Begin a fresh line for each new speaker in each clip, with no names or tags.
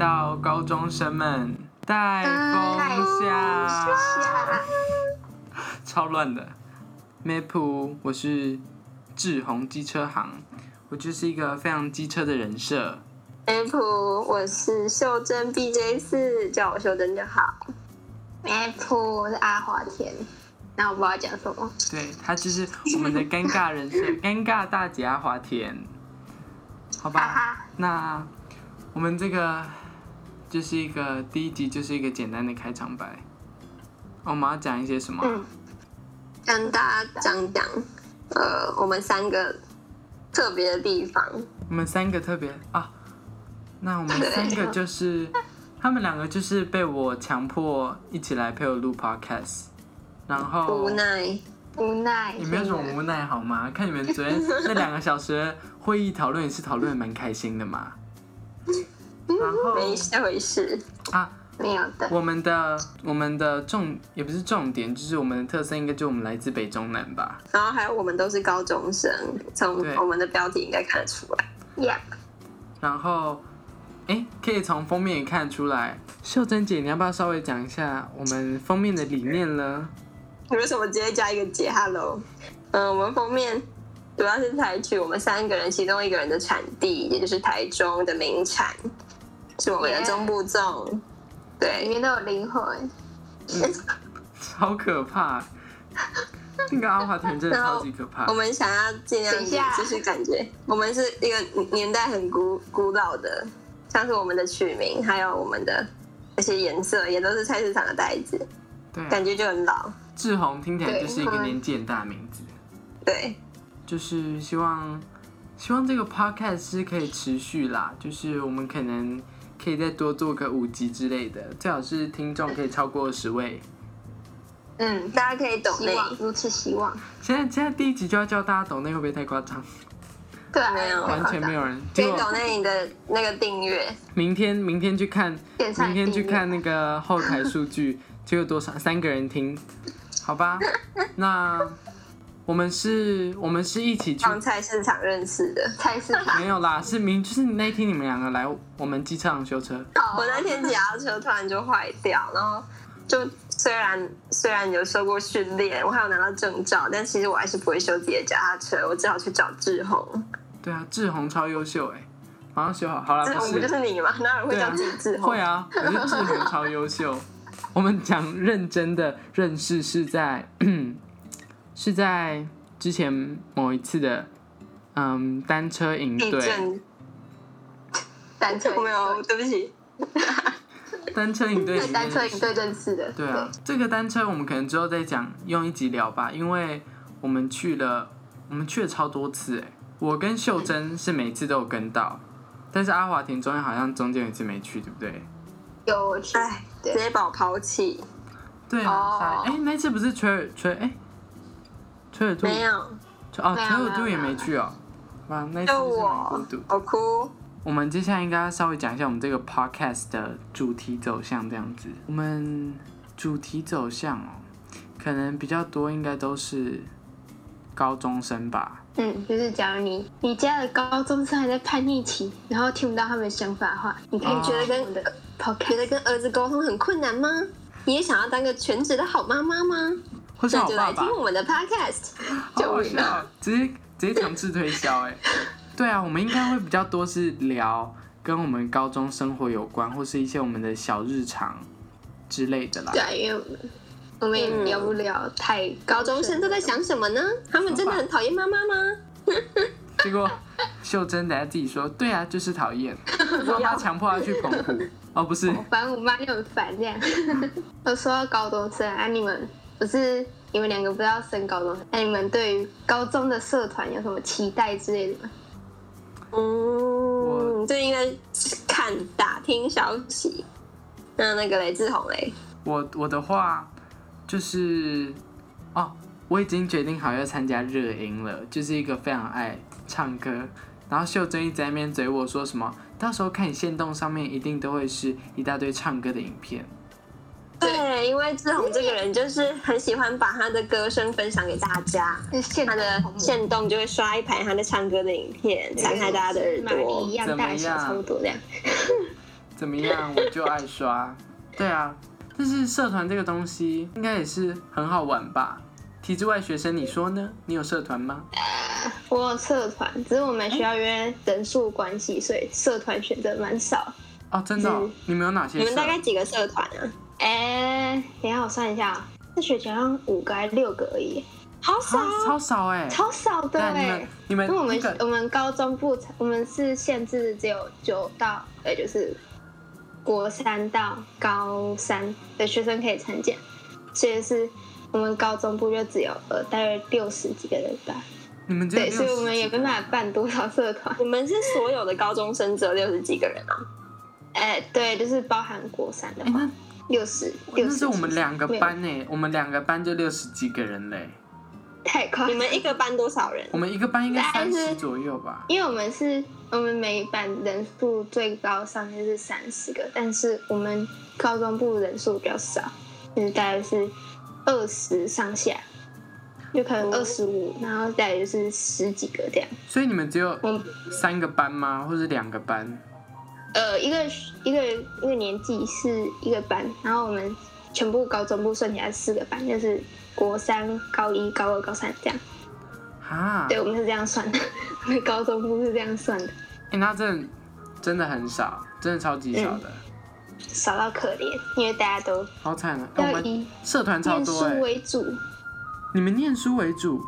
喽，高中生们，带
啊
风下，超乱的。Map，我是志宏机车行，我就是一个非常机车的人设。
Apple，我是秀珍 BJ 四，叫我秀珍就好。Apple，我是阿华田。那我不知道讲什么。
对，他就是我们的尴尬人设，尴尬大姐阿华田，好吧？
哈哈
那我们这个就是一个第一集，就是一个简单的开场白。哦我们要讲一些什么？
嗯跟大家讲讲，呃，我们三个特别的地方。
我们三个特别啊，那我们三个 就是，他们两个就是被我强迫一起来陪我录 podcast，然后
无奈，无奈。
哦也没有什么无奈好吗？看你们昨天那两个小时的会议讨论也是讨论得蛮开心的 嘛。然
没
后
这回事，
啊，
没有的。
我们的我们的重也不是重点，就是我们的特色应该就我们来自北中南吧。
然后还有我们都是高中生，从
对
我们的标题应该看得出来。Yep，
然后，哎，可以从封面也看得出来。秀珍姐，你要不要稍微讲一下我们封面的理念呢？
我为什么直接加一个姐 Hello？嗯，我们封面主要是采取我们三个人其中一个人的产地，也就是台中的名产，是我们的
Yeah
中部粽。
里
对，
面都有灵魂。
超可怕！那个阿华田真的超级可怕
我。们想要尽量
等一下
就是感觉我们是一个年代很古古老的，像是我们的取名，还有我们的那些颜色，也都是菜市场的袋子，
嗯
对啊，
感觉就很老。
志宏听起来
对
就是一个年纪很大的名字。
对，
就是希望，希望这个 podcast 是可以持续啦。就是我们可能可以再多做个五集之类的，最好是听众可以超过十位。
嗯，
大家可以懂
希
内。
望如此希望。
现在现在第一集就要叫大家懂，那会不会太夸张？
对啊，
没有
完全没有人。
可
结
以
果
懂内你的那个订
嗯
阅，
明天明天去看，
点菜
明天去看那个后台数据，只有多少三个人听，好 吧？那我们是，我们是一起去，
上菜市场认识的。
菜市场。
没有啦，是明就是那一天你们两个来我们机车行修车，
我那天脚踏车突然就坏掉，然后就虽然虽然有受过训练，我还有拿到证照，但其实我还是不会修自己的脚踏车，我只好去找志宏。
对啊，志宏超优秀哎、马上修好，好了，
志
不，
宏不就是是你吗？哪有人会
对
叫
啊
自己志，宏？
会啊，可是志宏超优 秀。我们讲认真的认识是在 是在之前某一次的嗯单车营
地
队。
震，
单车
我没有，
营
对不起，
单车营队里
队，
面
单车营队认识的。
对啊，这个单车我们可能之后再讲，用一集聊吧，因为我们去了，我们去了超多次哎、我跟秀珍是每次都有跟到，但是阿华田中间好像中间有一次没去，对不对？
对，有我去。
哎，
对
直接把我抛弃，
对啊，
哦
哎、诶那次不是垂耳垂哎，垂耳兔
没有，
垂哦
没有
垂耳
没
兔
有
也没去哦，哇，那次
就
就是蛮孤
我
独的，。
我哭。
我们接下来应该稍微讲一下我们这个 podcast 的主题走向，这样子。我们主题走向哦，可能比较多，应该都是高中生吧。
嗯，就是假如你你家的高中生还在叛逆期，然后听不到他们的想法的话，你可以
哦
觉得跟我的
觉
podcast
得跟儿子沟通很困难吗？你也想要当个全职的好妈妈吗？
或是
那
好
就
爸
来听
爸，
我们的 podcast。
好好笑，直接直接强制推销哎、 对啊，我们应该会比较多是聊跟我们高中生活有关，或是一些我们的小日常之类的啦。
对，因为我们我们也
嗯
聊不了太
高中生都在想什么呢？他们真的很讨厌妈妈吗？
结果秀珍等下自己说，对啊，就是讨 厌，说她强迫她去澎湖，哦不是。
反正我妈就很烦这样。 我说到高中生啊，你们不是你们两个不是要升高中生？啊那、你们对于高中的社团有什么期待之类的吗？
嗯，就应该看打听消息。那那个雷志宏嘞，
我我的话就是哦，我已经决定好要参加热音了，就是一个非常爱唱歌。然后秀珍一直在那边嘴我说什么，到时候看你线动上面一定都会是一大堆唱歌的影片。
对
对，因为志宏这个人就是很喜欢把他的歌声分享给大家，
就是现
他的线动就会刷一排他在唱歌的影片，展开大家的耳
马丽
朵
一。样大小差不多这样。
怎么样，我就爱刷。对啊，但是社团这个东西应该也是很好玩吧？体制外学生，你说呢？你有社团吗？
我有社团，只是我们学校因为人数关系，所以社团选择蛮少。
哦，真的哦、
嗯
你们有哪些
你
社？
们大概几个社团啊？
哎、等一下我算一下啊，这学期好像五个还是六个而已，好少
啊
啊，
超少哎、
超少的
但你
哎
们。你们
因为我
那
们
个
我们高中部才我们是限制只有九到，呃，就是国三到高三的学生可以参加，所以是我们高中部就只有呃大约六十几个人吧，
你们只有
对，所以我们也
60
没办法办多少社团，
你们是所有的高中生只有六十几个人啊？
哎、对，就是包含国三的
哎、
话
那，
六十六
那
十，
是我们两个
没有
班呢、欸我们两个班就六十几个人嘞、
太快，
你们一个班多少人啊
我？们一个班应该
但
三
是
十左右吧？
因为我们是，我们每班人数最高上限是三十个，但是我们高中部人数比较少，就是大概是二十上下，就可能
哦
二十五，然后再来就是十几个这样。
所以你们只有
我们
三个班吗？或者两个班？
呃一个一个一个年级是一个班，然后我们全部高中部算起来是四个班，就是国三、高一、高二、高三这样。
哈，
对，我们是这样算的， 我们高中部是这样算的，
哎、那真的真的很少，真的超级少的，
嗯少到可怜，因为大家都
好惨啊！哎
要
我们
以
社团超
念
多哎、
书为主。
你们念书为主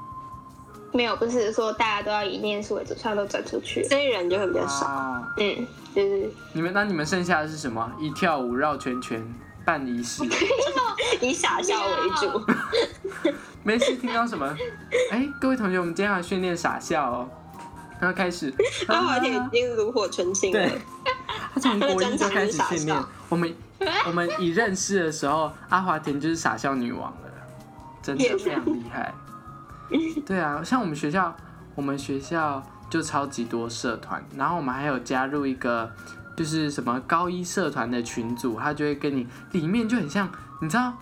没有，不是说大家都要以念书为主，虽然都转出去。
所以人就会比较少。
哦。
嗯，就是
你们那你们剩下的是什么？以跳舞绕圈圈办仪式，
以傻笑为主。
没事听到什 么？哎、各位同学，我们今天要训练傻笑哦。然后开始，
阿华田已经
啊
炉火纯青了
对。， 他从国一就开始
他的专长就
训
是傻
练
笑。
我们我们一认识的时候，阿华田就是傻笑女王了，真的非常厉害。对啊，像我们学校，我们学校就超级多社团，然后我们还有加入一个就是什么高一社团的群组，他就会跟你里面就很像，你知道，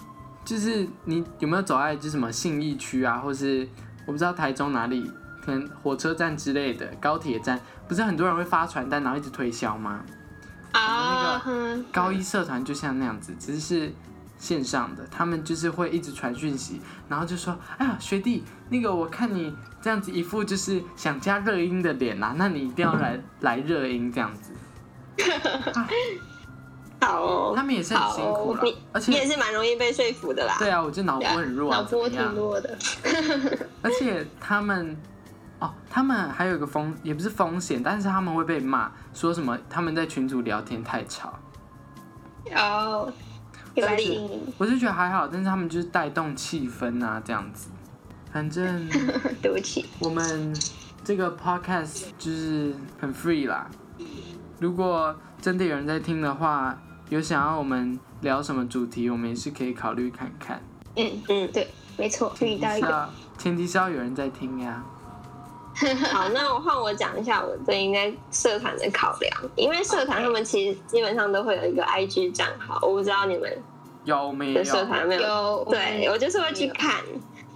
就是你有没有走在就是什么信义区啊，或是我不知道台中哪里，可能火车站之类的高铁站，不是很多人会发传单，然后一直推销吗？
啊，
我
哼
高一社团就像那样子，只是是线上的，他们就是会一直传讯息，然后就说：“哎呀，学弟，那个我看你这样子一副就是想加热音的脸啊，那你一定要来来热音这样子。
好哦，
他们也是很辛苦啦
好哦，
而
你也
且
是蛮容易被说服的 啦。
对啊，我就脑波很弱啊，
脑
怎
波
么
挺
样？
弱的，
而且他们哦，他们还有一个风，也不是风险，但是他们会被骂，说什么他们在群组聊天太吵。
哦，有
合理
吸引力，
我是觉得还好，但是他们就是带动气氛啊，这样子。反正。
对不起，
我们这个 podcast 就是很 free 啦。如果真的有人在听的话，有想要我们聊什么主题，我们也是可以考虑看看。
嗯，
嗯，
对，没错，注
前
意
提
到
嗯是啊
一个，
要前提是要有人在听呀。
好，那我换我讲一下我最近在社团的考量，因为社团他们其实基本上都会有一个 IG 账号，我不知道你们
有，我们也
的
有。
社团有没有？
有，
对，我就是会去
有
看，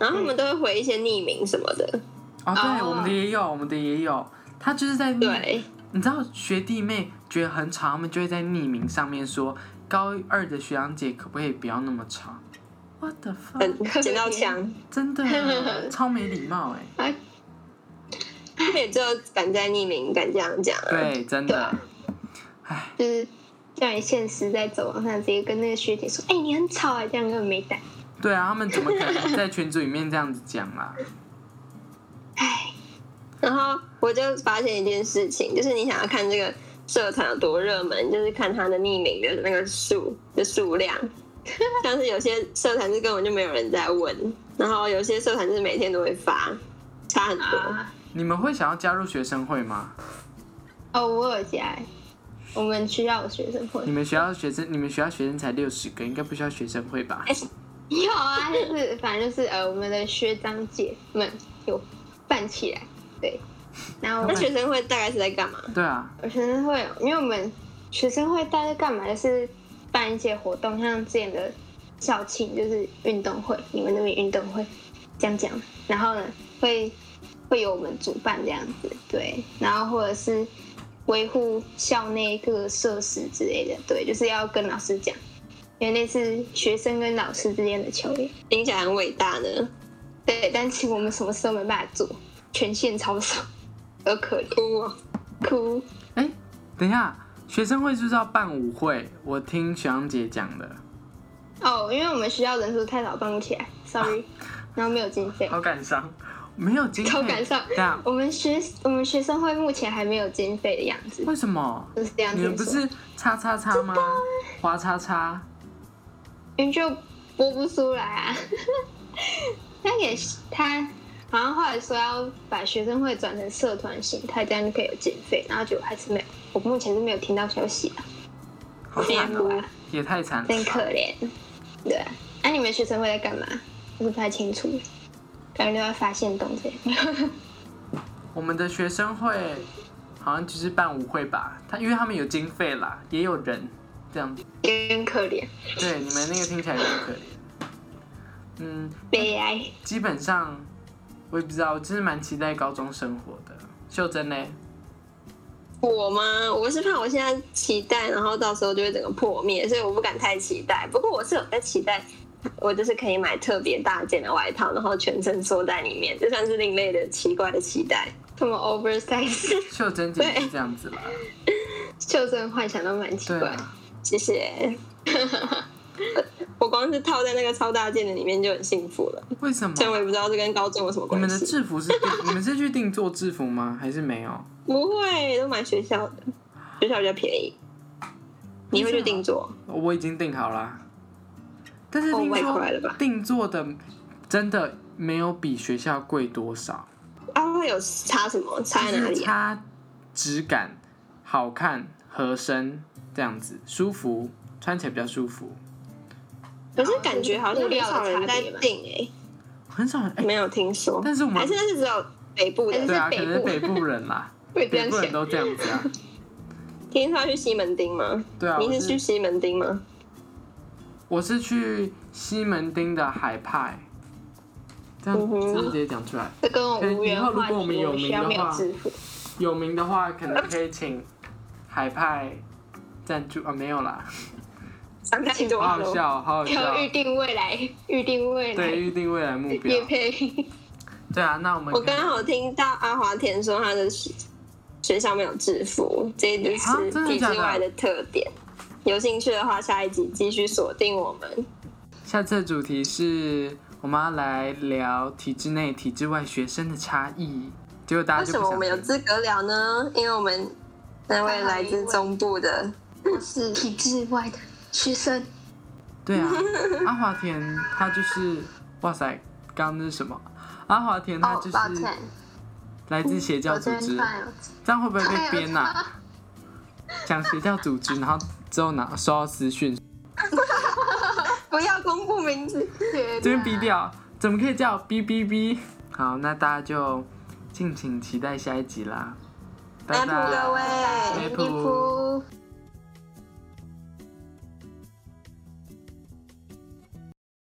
然后他们都会回一些匿名什么的。
哦，对，
哦
我们的也有，我们的也有。他就是在
对，
你知道学弟妹觉得很吵，他们就会在匿名上面说高二的学长姐可不可以不要那么吵？What the fuck！
嗯，捡到枪，
真的 超没礼貌哎、
啊，
特别只有敢在匿名敢这样讲啊。
对，真
对
的
啊。就是叫你现实在走廊上直接跟那个学姐说，哎，你很吵啊，这样根本没胆，
对啊，他们怎么可能在群组里面这样子讲啊啦、
哎，
然后我就发现一件事情，就是你想要看这个社团有多热门，就是看它的匿名的那个数的数量。像是有些社团是根本就没有人在问，然后有些社团就是每天都会发，差很多。
啊，
你们会想要加入学生会吗？
哦，我有加，我们需要有学生会
你。们学校学生，你们学校学生才六十个，应该不需要学生会
哎
吧？
有啊，就是 反正就是呃，我们的学长姐们有办起来，对。然后我
那
们
学生会大概是在干嘛？
对啊，
我学生会，因为我们学生会大概干嘛？就是办一些活动，像之前的校庆就是运动会，你们那边运动会这样讲。然后呢，会会有我们主办这样子，对。然后或者是维护校内各个设施之类的，对，就是要跟老师讲，因为那是学生跟老师之间的球员，
听起来很伟大呢，
对，但其实我们什么事都没办法做，权限超少，而可怜，
哭哦。
哭，
哎，等一下，学生会是不是要办舞会？我听学长姐讲的，
哦，因为我们学校人数太少，办不起来，sorry，然后没有经费，
啊好感伤，没有经费，
超感伤
对啊，
我们学我们学生会目前还没有经费的样子，
为什么？
就是这样
你
子
们不是叉叉叉吗？花叉叉，
因为就播不出来啊。 他也是他好像后来说要把学生会转成社团形态，这样就可以有经费，然后结果还是没有。我目前是没有听到消息的，
好惨
羡慕
哦
啊，
也太惨了
真可怜。对啊，那、你们学生会在干嘛？我是不太清楚，感觉都在发现动这样。
我们的学生会好像就是办舞会吧，他因为他们有经费啦，也有人这样。
有点可怜，
对，你们那个听起来有点可怜。嗯，
悲哀。
基本上我也不知道，我就是蛮期待高中生活的。秀珍呢？
我吗？我是怕我现在期待，然后到时候就会整个破灭，所以我不敢太期待。不过我是有在期待，我就是可以买特别大件的外套，然后全身缩在里面，这算是另类的奇怪的期待。
什么 oversize，
秀珍姐是这样子啦，
就真幻想都蛮奇
对
怪。
啊，
谢谢。 我光是套在那个超大件的里面就很幸福了，
为什么？
虽然我也不知道这跟高中有什么
你
关
们的
系。
制服是定你们是去定做制服吗？还是没有？
不会，都买学校的，学校比较便宜。你会去定做？
我已经定好啦。但是
哦
听
太
说
快了吧
定做的真的没有比学校贵多少，
啊，会有差什么？差在哪
就是
里、啊？
差质感、好看、合身这样子，舒服，穿起来比较舒服。
可是感觉好像很少人在定哎、
很少人哎、
没有听说。
但是我们
还是那是只有北部
还
的
是，
对啊，可
北
能是
部
北部人 啦，
会这
北
样
部人
想，
都这样子啊。
听说要去西门町吗？
对啊，
你
我
是去
是
西门町吗？
我是去西门町的海派，这样
嗯哼
直接讲出来。
这跟我无缘
以后如
话题，
果我们有名
需
的
要没有
话
制服。
有名的话，可能可以请海派赞助啊，没有 啦，
想太多
好好
了。
笑，好好笑
要。预定未来，预定未
对，
来，
预定未来目标
也。配
对啊，那我们
我
可能
刚好听到阿华田说他的学学校没有制服，这一就是
啊真的
体
假的
制外的特点。有兴趣的话，下一集继续锁定我们。
下次的主题是我们要来聊体制内、体制外学生的差异。结果大家
为什
啊就
么
不
我们有
想听。
资格聊呢？因为我们那位来自中部的，
是体制外的学生，
对啊，阿华田他就是，哇塞，刚刚那是什么？阿华田他
哦
就，
抱
是
歉，
来自邪教
我
组
这
织
边突，然有
这样会不会被
突然有
编啊？讲邪教组织，然后之后拿收到私讯，
不要公布名 字。
这
这边逼掉，怎么可以叫哔哔哔？好，那大家就敬请期待下一集啦，拜
拜拜各
拜。
位。
内
内
裤
裤